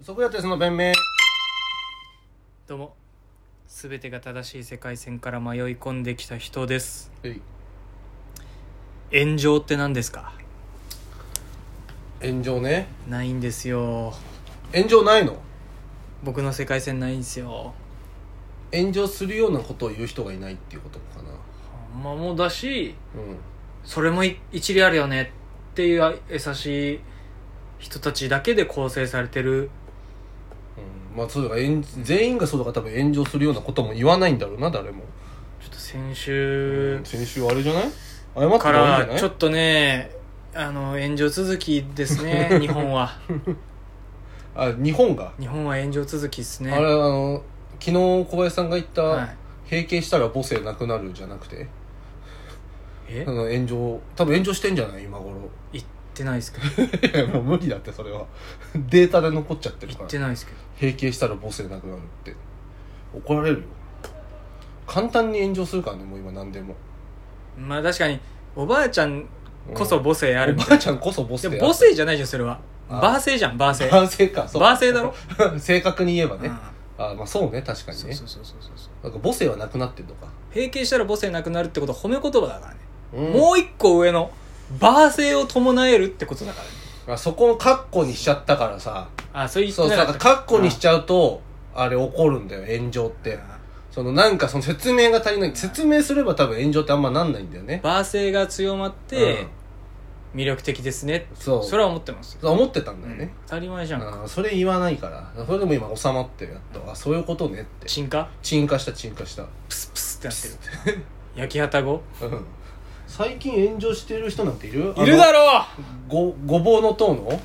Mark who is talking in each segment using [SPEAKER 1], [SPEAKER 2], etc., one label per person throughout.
[SPEAKER 1] ソクラテスの弁明
[SPEAKER 2] どうも全てが正しい世界線から迷い込んできた人です炎上って何ですか
[SPEAKER 1] 炎上ね
[SPEAKER 2] ないんですよ
[SPEAKER 1] 炎上ないの
[SPEAKER 2] 僕の世界線ないんですよ
[SPEAKER 1] 炎上するようなことを言う人がいないっていうことかな
[SPEAKER 2] ほんまもだし
[SPEAKER 1] う
[SPEAKER 2] それもい一理あるよねっていう優しい人たちだけで構成されてる
[SPEAKER 1] ん、うん、まあそうだから炎全員がそうだから多分炎上するようなことも言わないんだろうな誰も、
[SPEAKER 2] ちょっと先週
[SPEAKER 1] 先週あれじゃない謝ってた
[SPEAKER 2] か
[SPEAKER 1] 方がいいんじゃな
[SPEAKER 2] ら
[SPEAKER 1] い
[SPEAKER 2] ちょっとねあの炎上続きです ね日本は
[SPEAKER 1] あ日本が、
[SPEAKER 2] 日本は炎上続きですね
[SPEAKER 1] あれあの昨日小林さんが言った、
[SPEAKER 2] はい、
[SPEAKER 1] 閉経したら母性なくなるじゃなくて
[SPEAKER 2] え
[SPEAKER 1] あの炎上多分炎上してんじゃない今頃
[SPEAKER 2] 言ってないですけど
[SPEAKER 1] いやもう無理だってそれはデータで残っちゃってる
[SPEAKER 2] 言
[SPEAKER 1] か
[SPEAKER 2] って
[SPEAKER 1] ら
[SPEAKER 2] ないですけど
[SPEAKER 1] 閉経したら母性なくなるって怒られるよ簡単に炎上するからねもう今何でも
[SPEAKER 2] まあ確かにおばあちゃんこそ母性ある
[SPEAKER 1] お
[SPEAKER 2] みたい
[SPEAKER 1] ばあちゃんこそ母
[SPEAKER 2] な
[SPEAKER 1] 性
[SPEAKER 2] でも母性じゃないじゃんそれは
[SPEAKER 1] あ
[SPEAKER 2] バー性じゃんバー性
[SPEAKER 1] バー性かそう
[SPEAKER 2] バー性だろ
[SPEAKER 1] 正確に言えば
[SPEAKER 2] う
[SPEAKER 1] ね
[SPEAKER 2] ん
[SPEAKER 1] あまあそうね確かに
[SPEAKER 2] そ
[SPEAKER 1] ね
[SPEAKER 2] うそうそうそうそう
[SPEAKER 1] なんか母性はなくなってるのか
[SPEAKER 2] 閉経したら母性なくなるってことは褒め言葉だからね、
[SPEAKER 1] も
[SPEAKER 2] もう一個上のバー性を伴えるってことだからね
[SPEAKER 1] うんあそこをカッコにしちゃったからさ
[SPEAKER 2] あそう言って
[SPEAKER 1] そう
[SPEAKER 2] な
[SPEAKER 1] さ
[SPEAKER 2] かった
[SPEAKER 1] カッコにしちゃうとあれ怒るんだよ炎上ってそのなんかその説明が足りない説明すれば多分炎上ってあんまなんないんだよね
[SPEAKER 2] バー性が強まって魅力的ですね、
[SPEAKER 1] うんそう
[SPEAKER 2] それは思ってますよ、
[SPEAKER 1] そう思ってたんだ
[SPEAKER 2] う
[SPEAKER 1] よ
[SPEAKER 2] ん
[SPEAKER 1] ね、
[SPEAKER 2] 当たり前じゃん、
[SPEAKER 1] あーそれ言わないからそれでも今収まってるやっとあそういうことねって
[SPEAKER 2] 沈下
[SPEAKER 1] 沈下した沈下した
[SPEAKER 2] プスプスってなってる焼き旗語
[SPEAKER 1] うん最近炎上してる人なんている
[SPEAKER 2] いるだ
[SPEAKER 1] ろ
[SPEAKER 2] ろう
[SPEAKER 1] ごごぼうの塔の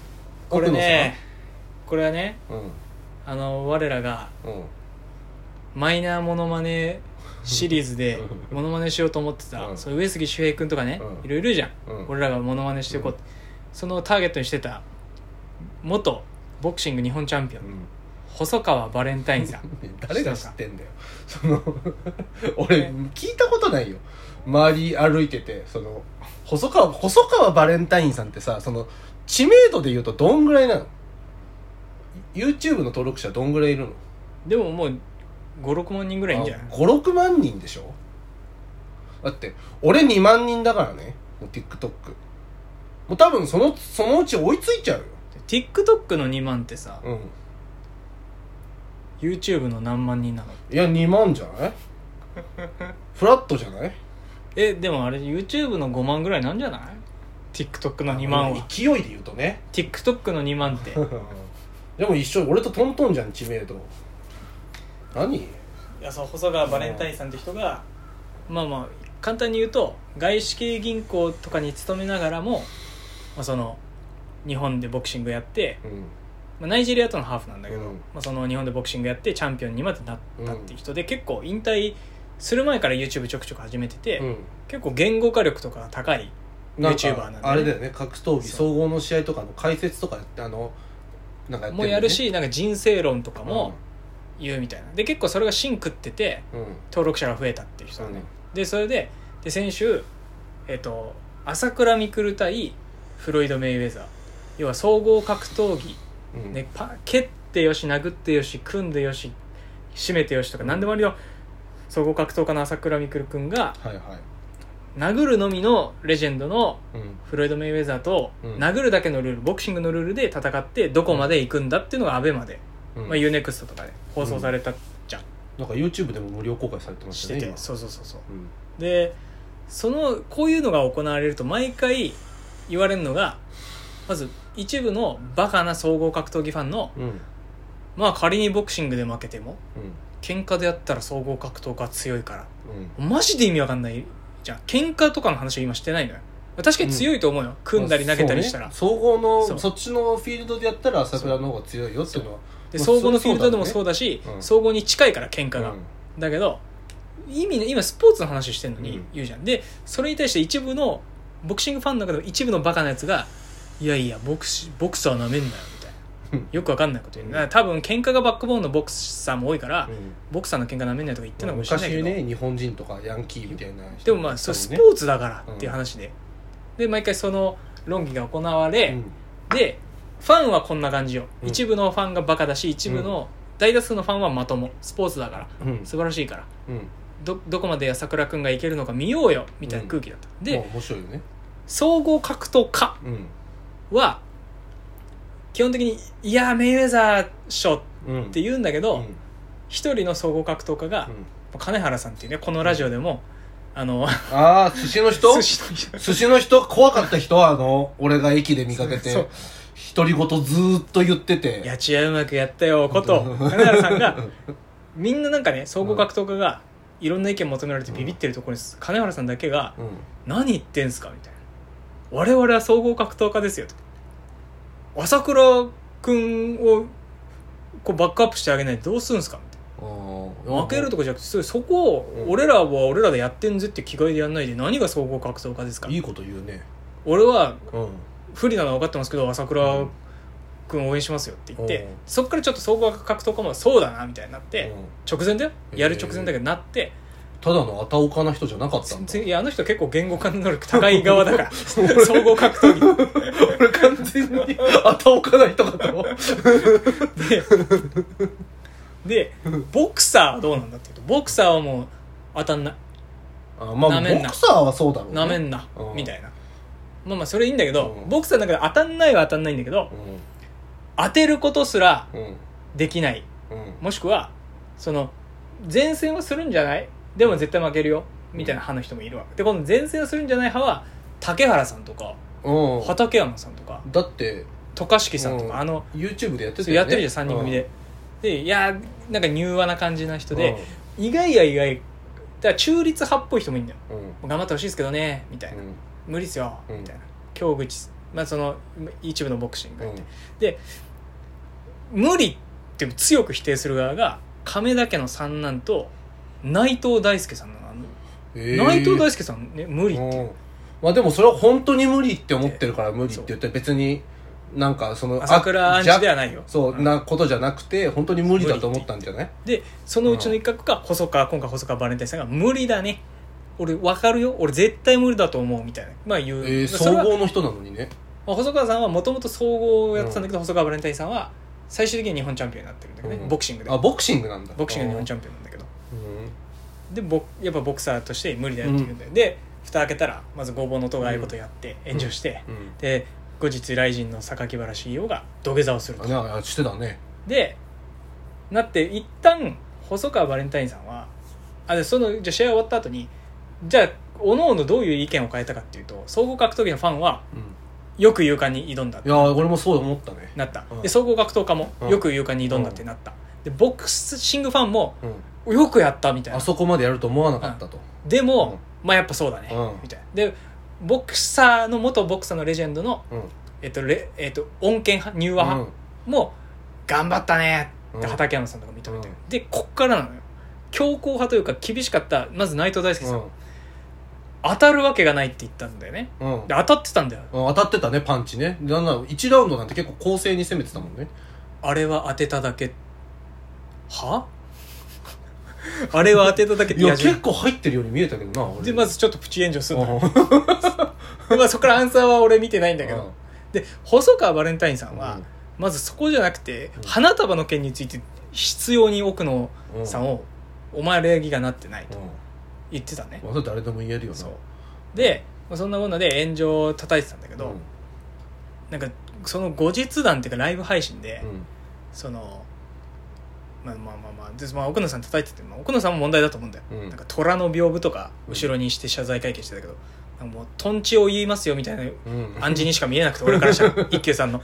[SPEAKER 2] これねこれはね
[SPEAKER 1] 奥野さん
[SPEAKER 2] あの我らが
[SPEAKER 1] うんうん
[SPEAKER 2] マイナーモノマネシリーズでモノマネしようと思ってた、
[SPEAKER 1] うん
[SPEAKER 2] その上杉周平君とかね、
[SPEAKER 1] うん
[SPEAKER 2] いろいろいるじゃん、
[SPEAKER 1] うん
[SPEAKER 2] 俺らがモノマネしていこうって、そのターゲットにしてた元ボクシング日本チャンピオン、
[SPEAKER 1] うん
[SPEAKER 2] 細川バレンタインさん
[SPEAKER 1] 誰が知ってんだよその 俺聞いたことないよ周り歩いててその細川細川バレンタインさんってさその知名度で言うとどんぐらいなの YouTube の登録者どんぐらいいるの
[SPEAKER 2] でももう56万人ぐらいいんじゃない
[SPEAKER 1] 56万人でしょだって俺2万人だからねもう TikTok もう多分そのそのうち追いついちゃうよ
[SPEAKER 2] TikTok の2万ってさ、
[SPEAKER 1] うん
[SPEAKER 2] YouTube の何万人なの
[SPEAKER 1] いや2万じゃ ないフラットじゃない
[SPEAKER 2] えでもあれ YouTube の5万ぐらいなんじゃない TikTok の2万は
[SPEAKER 1] 勢いで言うとね
[SPEAKER 2] TikTok の2万って
[SPEAKER 1] でも一緒俺とトントンじゃん知名度何
[SPEAKER 2] いやそう細川バレンタインさんって人が、まあまあ簡単に言うと外資系銀行とかに勤めながらも、まあ、その日本でボクシングやって、
[SPEAKER 1] う
[SPEAKER 2] まあ、ナイジェリアとのハーフなんだけど、
[SPEAKER 1] うん
[SPEAKER 2] まあ、その日本でボクシングやってチャンピオンにまでなったっていう人で、結構引退する前から YouTube ちょくちょく始めてて、
[SPEAKER 1] ん、うん
[SPEAKER 2] 結構言語化力とかが高い
[SPEAKER 1] なんか
[SPEAKER 2] YouTuber なんでね
[SPEAKER 1] あれだよね格闘技
[SPEAKER 2] そう
[SPEAKER 1] 総合の試合とかの解説とかやってあのなんかやって
[SPEAKER 2] も
[SPEAKER 1] んだよね
[SPEAKER 2] やるしなんか人生論とかも言うみたいな、で結構それが芯食ってて
[SPEAKER 1] うん、うん
[SPEAKER 2] 登録者が増えたっていう人
[SPEAKER 1] そ
[SPEAKER 2] な
[SPEAKER 1] うん
[SPEAKER 2] だよ
[SPEAKER 1] ね
[SPEAKER 2] でそれでで先週、えっと朝倉未来対フロイド・メイウェザー要は総合格闘技、
[SPEAKER 1] うん
[SPEAKER 2] ね、パ蹴ってよし殴ってよし組んでよし締めてよしとか
[SPEAKER 1] うん
[SPEAKER 2] 何でもあるよ、総合格闘家の朝倉未来君が
[SPEAKER 1] はいはい
[SPEAKER 2] 殴るのみのレジェンドの
[SPEAKER 1] うん
[SPEAKER 2] フロイド・メイウェザーと、
[SPEAKER 1] うん
[SPEAKER 2] 殴るだけのルールボクシングのルールで戦ってどこまで行くんだっていうのが ABEMA で、
[SPEAKER 1] うん
[SPEAKER 2] まあ、UNEXT とかで放送されたじゃん、
[SPEAKER 1] なんか YouTube でも無料公開されてまし
[SPEAKER 2] したて
[SPEAKER 1] ね
[SPEAKER 2] て
[SPEAKER 1] 今
[SPEAKER 2] そうそうそうそう
[SPEAKER 1] うん
[SPEAKER 2] でそのこういうのが行われると毎回言われるのがまず一部のバカな総合格闘技ファンの
[SPEAKER 1] うんうん
[SPEAKER 2] まあ仮にボクシングで負けても喧嘩でやったら総合格闘家強いから
[SPEAKER 1] うん
[SPEAKER 2] マジで意味わかんないじゃん喧嘩とかの話は今してないのよ確かに強いと思うよ、組んだり投げたりしたら、
[SPEAKER 1] まあそうね総合の
[SPEAKER 2] そ
[SPEAKER 1] そうっちのフィールドでやったら朝倉の方が強いよっていうのは
[SPEAKER 2] で
[SPEAKER 1] まあ
[SPEAKER 2] 総合のフィールドでも
[SPEAKER 1] そ
[SPEAKER 2] そううだし、
[SPEAKER 1] うん
[SPEAKER 2] 総合に近いから喧嘩が、
[SPEAKER 1] うん
[SPEAKER 2] だけど意味ね今スポーツの話してるの
[SPEAKER 1] う
[SPEAKER 2] に
[SPEAKER 1] ん
[SPEAKER 2] 言うじゃん、でそれに対して一部のボクシングファンの中でも一部のバカなやつがいやいやボクシボクサーなめんなよみたい
[SPEAKER 1] うん
[SPEAKER 2] なよくわかんないこと言う、
[SPEAKER 1] うん
[SPEAKER 2] だから多分喧嘩がバックボーンのボクサーも多いか
[SPEAKER 1] う
[SPEAKER 2] ら、
[SPEAKER 1] ん
[SPEAKER 2] ボクサーの喧嘩なめんなよとか言ってるのかもしれないけ
[SPEAKER 1] 昔
[SPEAKER 2] ど、
[SPEAKER 1] ね日本人とかヤンキーみたいな人
[SPEAKER 2] でもまあそうスポーツだからっていう話で、で毎回その論議が行われ、
[SPEAKER 1] うん
[SPEAKER 2] でファンはこんな感じよ、
[SPEAKER 1] うん
[SPEAKER 2] 一部のファンがバカだし一部の大多数のファンはまともスポーツだから
[SPEAKER 1] うん
[SPEAKER 2] 素晴らしいから
[SPEAKER 1] うん
[SPEAKER 2] どどこまで朝倉君がいけるのか見ようよみたいな空気だった、
[SPEAKER 1] まあ
[SPEAKER 2] で
[SPEAKER 1] 面白いよね
[SPEAKER 2] 総合格闘家
[SPEAKER 1] うん
[SPEAKER 2] は基本的に「いやーメイウェザー賞」っ
[SPEAKER 1] うん
[SPEAKER 2] て言うんだけ
[SPEAKER 1] う
[SPEAKER 2] ど
[SPEAKER 1] ん
[SPEAKER 2] 一、人の総合格闘家が、
[SPEAKER 1] うん
[SPEAKER 2] 金原さんっていうねこのラジオでも、あの
[SPEAKER 1] ああ寿司の人
[SPEAKER 2] 寿司の人
[SPEAKER 1] 寿司の人怖かった人はあの俺が駅で見かけ
[SPEAKER 2] そ
[SPEAKER 1] て
[SPEAKER 2] う
[SPEAKER 1] 独り言ずーっと言ってて
[SPEAKER 2] やちやうまくやったよこと金原さん がみんななんかね総合格闘家がいろんな意見求められてビビってるところに金原さんだけが
[SPEAKER 1] うん
[SPEAKER 2] 「何言ってんすか?」みたいな「我々は総合格闘家ですよ」と「朝倉君をこうバックアップしてあげないでどうするんすか?」みたいな負けるとかじゃなくてそれそこを
[SPEAKER 1] うん
[SPEAKER 2] 俺らは俺らでやってんぜって気概でやんないで何が総合格闘家ですか
[SPEAKER 1] いいこと言うね
[SPEAKER 2] 俺は
[SPEAKER 1] うん
[SPEAKER 2] 不利なのは分かってますけど朝倉君応援しますよって言って、
[SPEAKER 1] うん
[SPEAKER 2] そっからちょっと総合格闘家もそうだなみたいになって、
[SPEAKER 1] うん
[SPEAKER 2] 直前だよやる直前だけどなって、
[SPEAKER 1] ただのあたおかな人じゃなかったん
[SPEAKER 2] 全
[SPEAKER 1] だ
[SPEAKER 2] 然いやあの人結構言語化能力高い側だから総合格闘技
[SPEAKER 1] 俺完全にあたおかな人かと思 う
[SPEAKER 2] ででボクサーはどうなんだっていうとボクサーはもう当たんな
[SPEAKER 1] あまあ
[SPEAKER 2] なめん
[SPEAKER 1] ボ
[SPEAKER 2] な
[SPEAKER 1] クサーはそうだろうね
[SPEAKER 2] なめんな、
[SPEAKER 1] うん
[SPEAKER 2] みたいなまあまあそれいいんだけど、
[SPEAKER 1] うん
[SPEAKER 2] ボクサーの中で当たんないは当たんないんだけど当てることすら
[SPEAKER 1] うんうん
[SPEAKER 2] できない
[SPEAKER 1] うん
[SPEAKER 2] もしくはその前線をするんじゃないでも絶対負けるよみたいな派の人もいるわけでこの前線をするんじゃない派は竹原さんとか
[SPEAKER 1] うん
[SPEAKER 2] 畠山さんとか
[SPEAKER 1] だって
[SPEAKER 2] 渡嘉敷さんと
[SPEAKER 1] うん
[SPEAKER 2] かあの
[SPEAKER 1] YouTube でやって
[SPEAKER 2] そ
[SPEAKER 1] た
[SPEAKER 2] う
[SPEAKER 1] よね
[SPEAKER 2] やってるじゃん3人組ででいやーなんか柔和な感じな人で
[SPEAKER 1] う
[SPEAKER 2] 意外や意外だから中立派っぽい人もいるんだよ
[SPEAKER 1] んうん
[SPEAKER 2] 頑張ってほしいですけどねみたいな
[SPEAKER 1] うん
[SPEAKER 2] 無理っすよ
[SPEAKER 1] うん
[SPEAKER 2] みたいな京口まあその一部のボクシング
[SPEAKER 1] うん
[SPEAKER 2] 無理って強く否定する側が亀田家の三男と内藤大輔さんなのあの
[SPEAKER 1] えー
[SPEAKER 2] 内藤大輔さんね無理って
[SPEAKER 1] うんまあでもそれは本当に無理って思ってるから無理って言って別になんかその
[SPEAKER 2] 朝倉アンチではないよ
[SPEAKER 1] そう
[SPEAKER 2] うん
[SPEAKER 1] なことじゃなくて本当に無理だと思ったんじゃない
[SPEAKER 2] でそのうちの一角が細川今回細川バレンタインさんが無理だね俺分かるよ俺絶対無理だと思うみたいなまあ言う、
[SPEAKER 1] えー
[SPEAKER 2] それ
[SPEAKER 1] 総
[SPEAKER 2] は
[SPEAKER 1] 合の人なのにね
[SPEAKER 2] まあ細川さんはもともと総合をやってたんだけど、細川バレンタインさんは最終的に日本チャンピオンになってるんだけどね、
[SPEAKER 1] うん
[SPEAKER 2] ボクシングで
[SPEAKER 1] あボクシングなんだ
[SPEAKER 2] ボクシングで日本
[SPEAKER 1] ちゃ
[SPEAKER 2] チャンピオンなんだけど
[SPEAKER 1] うん
[SPEAKER 2] でボやっぱボクサーとして無理だよって言うんだよ、で蓋開けたらまずごぼうの音がああいうことやって炎上して、
[SPEAKER 1] うん
[SPEAKER 2] で後日ライジンの榊原 CEO が土下座をすると
[SPEAKER 1] あなんかしてたね
[SPEAKER 2] でなって一旦細川バレンタインさんはあでそのじゃあ試合終わった後にじゃあおのおのどういう意見を変えたかっていうと総合格闘技のファンは
[SPEAKER 1] うん
[SPEAKER 2] よく勇敢に挑んだ
[SPEAKER 1] いやー俺もそう思ったね
[SPEAKER 2] なった
[SPEAKER 1] うん
[SPEAKER 2] で総合格闘家も
[SPEAKER 1] うん
[SPEAKER 2] よく勇敢に挑んだってなったでボクシングファンも
[SPEAKER 1] うん
[SPEAKER 2] よくやったみたい
[SPEAKER 1] あ
[SPEAKER 2] な
[SPEAKER 1] そこまでやると思わなかったと
[SPEAKER 2] でも、まあやっぱそうだね、
[SPEAKER 1] うん
[SPEAKER 2] みたいなでボクサーの元ボクサーのレジェンドの、
[SPEAKER 1] うん
[SPEAKER 2] えっとレえっと、恩恵派入和派、もう頑張ったねって畠山さんとか認めてる、
[SPEAKER 1] うん
[SPEAKER 2] でこっからなのよ強硬派というか厳しかったまず内藤大輔
[SPEAKER 1] う
[SPEAKER 2] さ
[SPEAKER 1] ん
[SPEAKER 2] ん、当たるわけがないって言ったんだよね
[SPEAKER 1] うんうん
[SPEAKER 2] で当たってたんだよ
[SPEAKER 1] 当たってたねパンチねなんなら1ラウンドなんて結構攻勢に攻めてたもんね
[SPEAKER 2] あれは当てただけは あれは当てただけ っ
[SPEAKER 1] い
[SPEAKER 2] て
[SPEAKER 1] や
[SPEAKER 2] 野獣
[SPEAKER 1] 結構入ってるように見えたけどな俺
[SPEAKER 2] でまずちょっとプチ炎上す
[SPEAKER 1] う
[SPEAKER 2] るのよ
[SPEAKER 1] ん
[SPEAKER 2] でまあそこからアンサーは俺見てないんだけ
[SPEAKER 1] うん
[SPEAKER 2] どで細川バレンタインさん
[SPEAKER 1] う
[SPEAKER 2] は
[SPEAKER 1] ん
[SPEAKER 2] まずそこじゃなくて
[SPEAKER 1] うん
[SPEAKER 2] 花束の件について必要に奥野
[SPEAKER 1] うん
[SPEAKER 2] さんをお前礼儀がなってないと
[SPEAKER 1] う
[SPEAKER 2] 言ってたね
[SPEAKER 1] んまあそれ誰でも言えるよな
[SPEAKER 2] そうでまあそんなもので炎上を叩いてたんだけど、
[SPEAKER 1] うん
[SPEAKER 2] なんかその後日談っていうかライブ配信で、
[SPEAKER 1] うん
[SPEAKER 2] そのまあまあまあまあで、まあ、奥野さん叩いてて、まあ、奥野さんも問題だと思うんだよ、
[SPEAKER 1] うん
[SPEAKER 2] なんか虎の屏風とか後ろにして謝罪会見してたけど、なんかもうとんちを言いますよみたいな
[SPEAKER 1] うん
[SPEAKER 2] 暗示にしか見えなくて俺からした ら一休さんの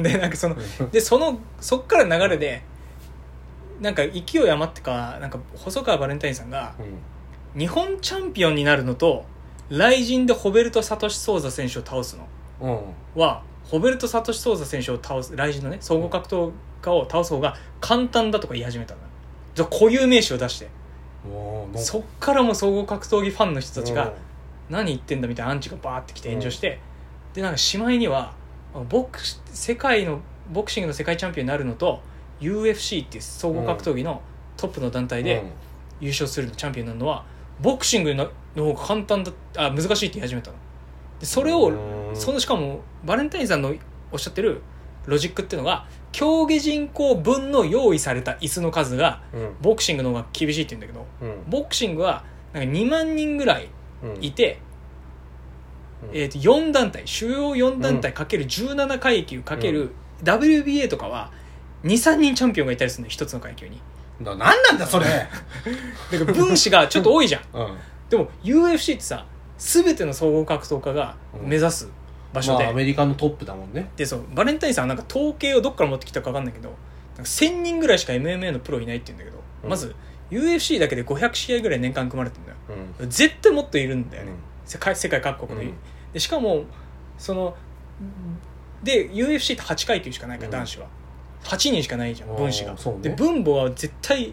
[SPEAKER 2] でなんかそのでそのそっから流れでなんか勢い余ってかなんか細川バレンタインさんが
[SPEAKER 1] うん
[SPEAKER 2] 日本チャンピオンになるのと雷神でホベルト・サトシ・ソーザ選手を倒すの
[SPEAKER 1] うん
[SPEAKER 2] はホベルト・サトシ・ソーザ選手を倒す雷神のね総合格闘家を倒す方が簡単だとか言い始めたんだじゃあ固有名詞を出して
[SPEAKER 1] もう
[SPEAKER 2] そっからもう総合格闘技ファンの人たちが何言ってんだみたいなアンチがバーってきて炎上して、でなんかしまいにはボクシ世界のボクシングの世界チャンピオンになるのと UFC っていう総合格闘技のトップの団体で優勝するの、チャンピオンになるのはボクシングのの方が簡単だあ難しいって言い始めたのでそれを、
[SPEAKER 1] うん
[SPEAKER 2] そのしかもバレンタインさんのおっしゃってるロジックっていうのが競技人口分の用意された椅子の数が
[SPEAKER 1] うん
[SPEAKER 2] ボクシングの方が厳しいって言うんだけど
[SPEAKER 1] うん
[SPEAKER 2] ボクシングはなんか2万人ぐらい
[SPEAKER 1] うん
[SPEAKER 2] いて、
[SPEAKER 1] うん
[SPEAKER 2] えー、と4団体主要4団体 ×17 階級 ×WBA とかは23人チャンピオンがいたりするの1つの階級に
[SPEAKER 1] ななんなんだそれ
[SPEAKER 2] だから分子がちょっと多いじゃん
[SPEAKER 1] うん
[SPEAKER 2] でも UFC ってさ全ての総合格闘家が目指す場所
[SPEAKER 1] ま
[SPEAKER 2] で、
[SPEAKER 1] あアメリカのトップだもんね
[SPEAKER 2] でそうバレンタインさんはなんか統計をどっから持ってきたか分かんないけどなんか1000人ぐらいしか MMA のプロいないって言うんだけど、
[SPEAKER 1] うん
[SPEAKER 2] まず UFC だけで500試合ぐらい年間組まれてるんだよ
[SPEAKER 1] うん
[SPEAKER 2] 絶対もっといるんだよね、
[SPEAKER 1] うん
[SPEAKER 2] 世界世界各国の、
[SPEAKER 1] うん
[SPEAKER 2] でしかもそので UFC って8階級しかないから、
[SPEAKER 1] うん
[SPEAKER 2] 男子は8人しかないじゃん
[SPEAKER 1] あー
[SPEAKER 2] 分子が、
[SPEAKER 1] そうね
[SPEAKER 2] で分母は絶対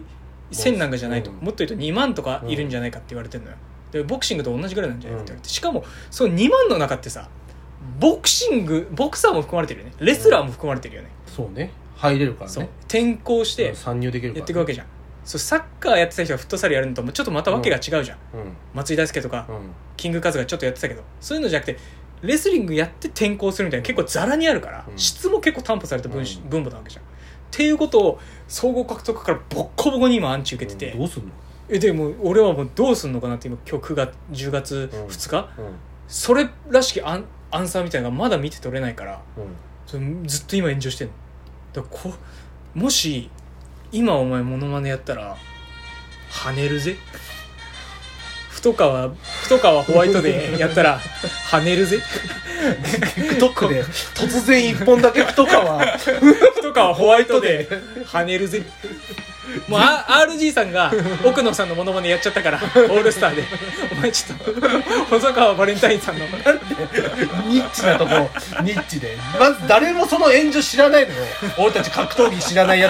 [SPEAKER 2] 1000なんかじゃないと、
[SPEAKER 1] うん
[SPEAKER 2] もっと言うと2万とかいるんじゃないかって言われてるのよでボクシングと同じぐらいなんじゃないかって言われて、しかもその2万の中ってさボクシングボクサーも含まれてるよねレスラーも含まれてるよね、
[SPEAKER 1] そうね入れるから
[SPEAKER 2] そう
[SPEAKER 1] ね
[SPEAKER 2] 転校して
[SPEAKER 1] うん参入できるから
[SPEAKER 2] やっていくわけじゃん、そうサッカーやってた人がフットサルやるのともちょっとまたわけが違うじゃ
[SPEAKER 1] う
[SPEAKER 2] ん、
[SPEAKER 1] ん
[SPEAKER 2] 松井大輔とか
[SPEAKER 1] うん
[SPEAKER 2] キングカズがちょっとやってたけどそういうのじゃなくてレスリングやって転校するみたいな結構ザラにあるから、
[SPEAKER 1] うん
[SPEAKER 2] 質も結構担保された分子
[SPEAKER 1] うん
[SPEAKER 2] 分母なわけじゃん。っていうことを総合獲得からボッコボコに今アンチ受けてて、
[SPEAKER 1] どうすんの
[SPEAKER 2] えでも俺はもうどうすんのかなって今今日9月10月2日、
[SPEAKER 1] うん
[SPEAKER 2] それらしきアンアンサーみたいなのがまだ見て取れないから
[SPEAKER 1] うん
[SPEAKER 2] それずっと今炎上してんのだからこもし今お前モノマネやったら跳ねるぜ太川太川ホワイトデーやったら跳ねるぜ
[SPEAKER 1] TikTok で突然一本だけ太川
[SPEAKER 2] 太川ホワイトデー跳ねるぜもうあ RG さんが奥野さんのモノマネやっちゃったからオールスターでお前ちょっと細川バレンタインさんの
[SPEAKER 1] ニッチなとこニッチでまず誰もその炎上知らないのよ俺たち格闘技知らないや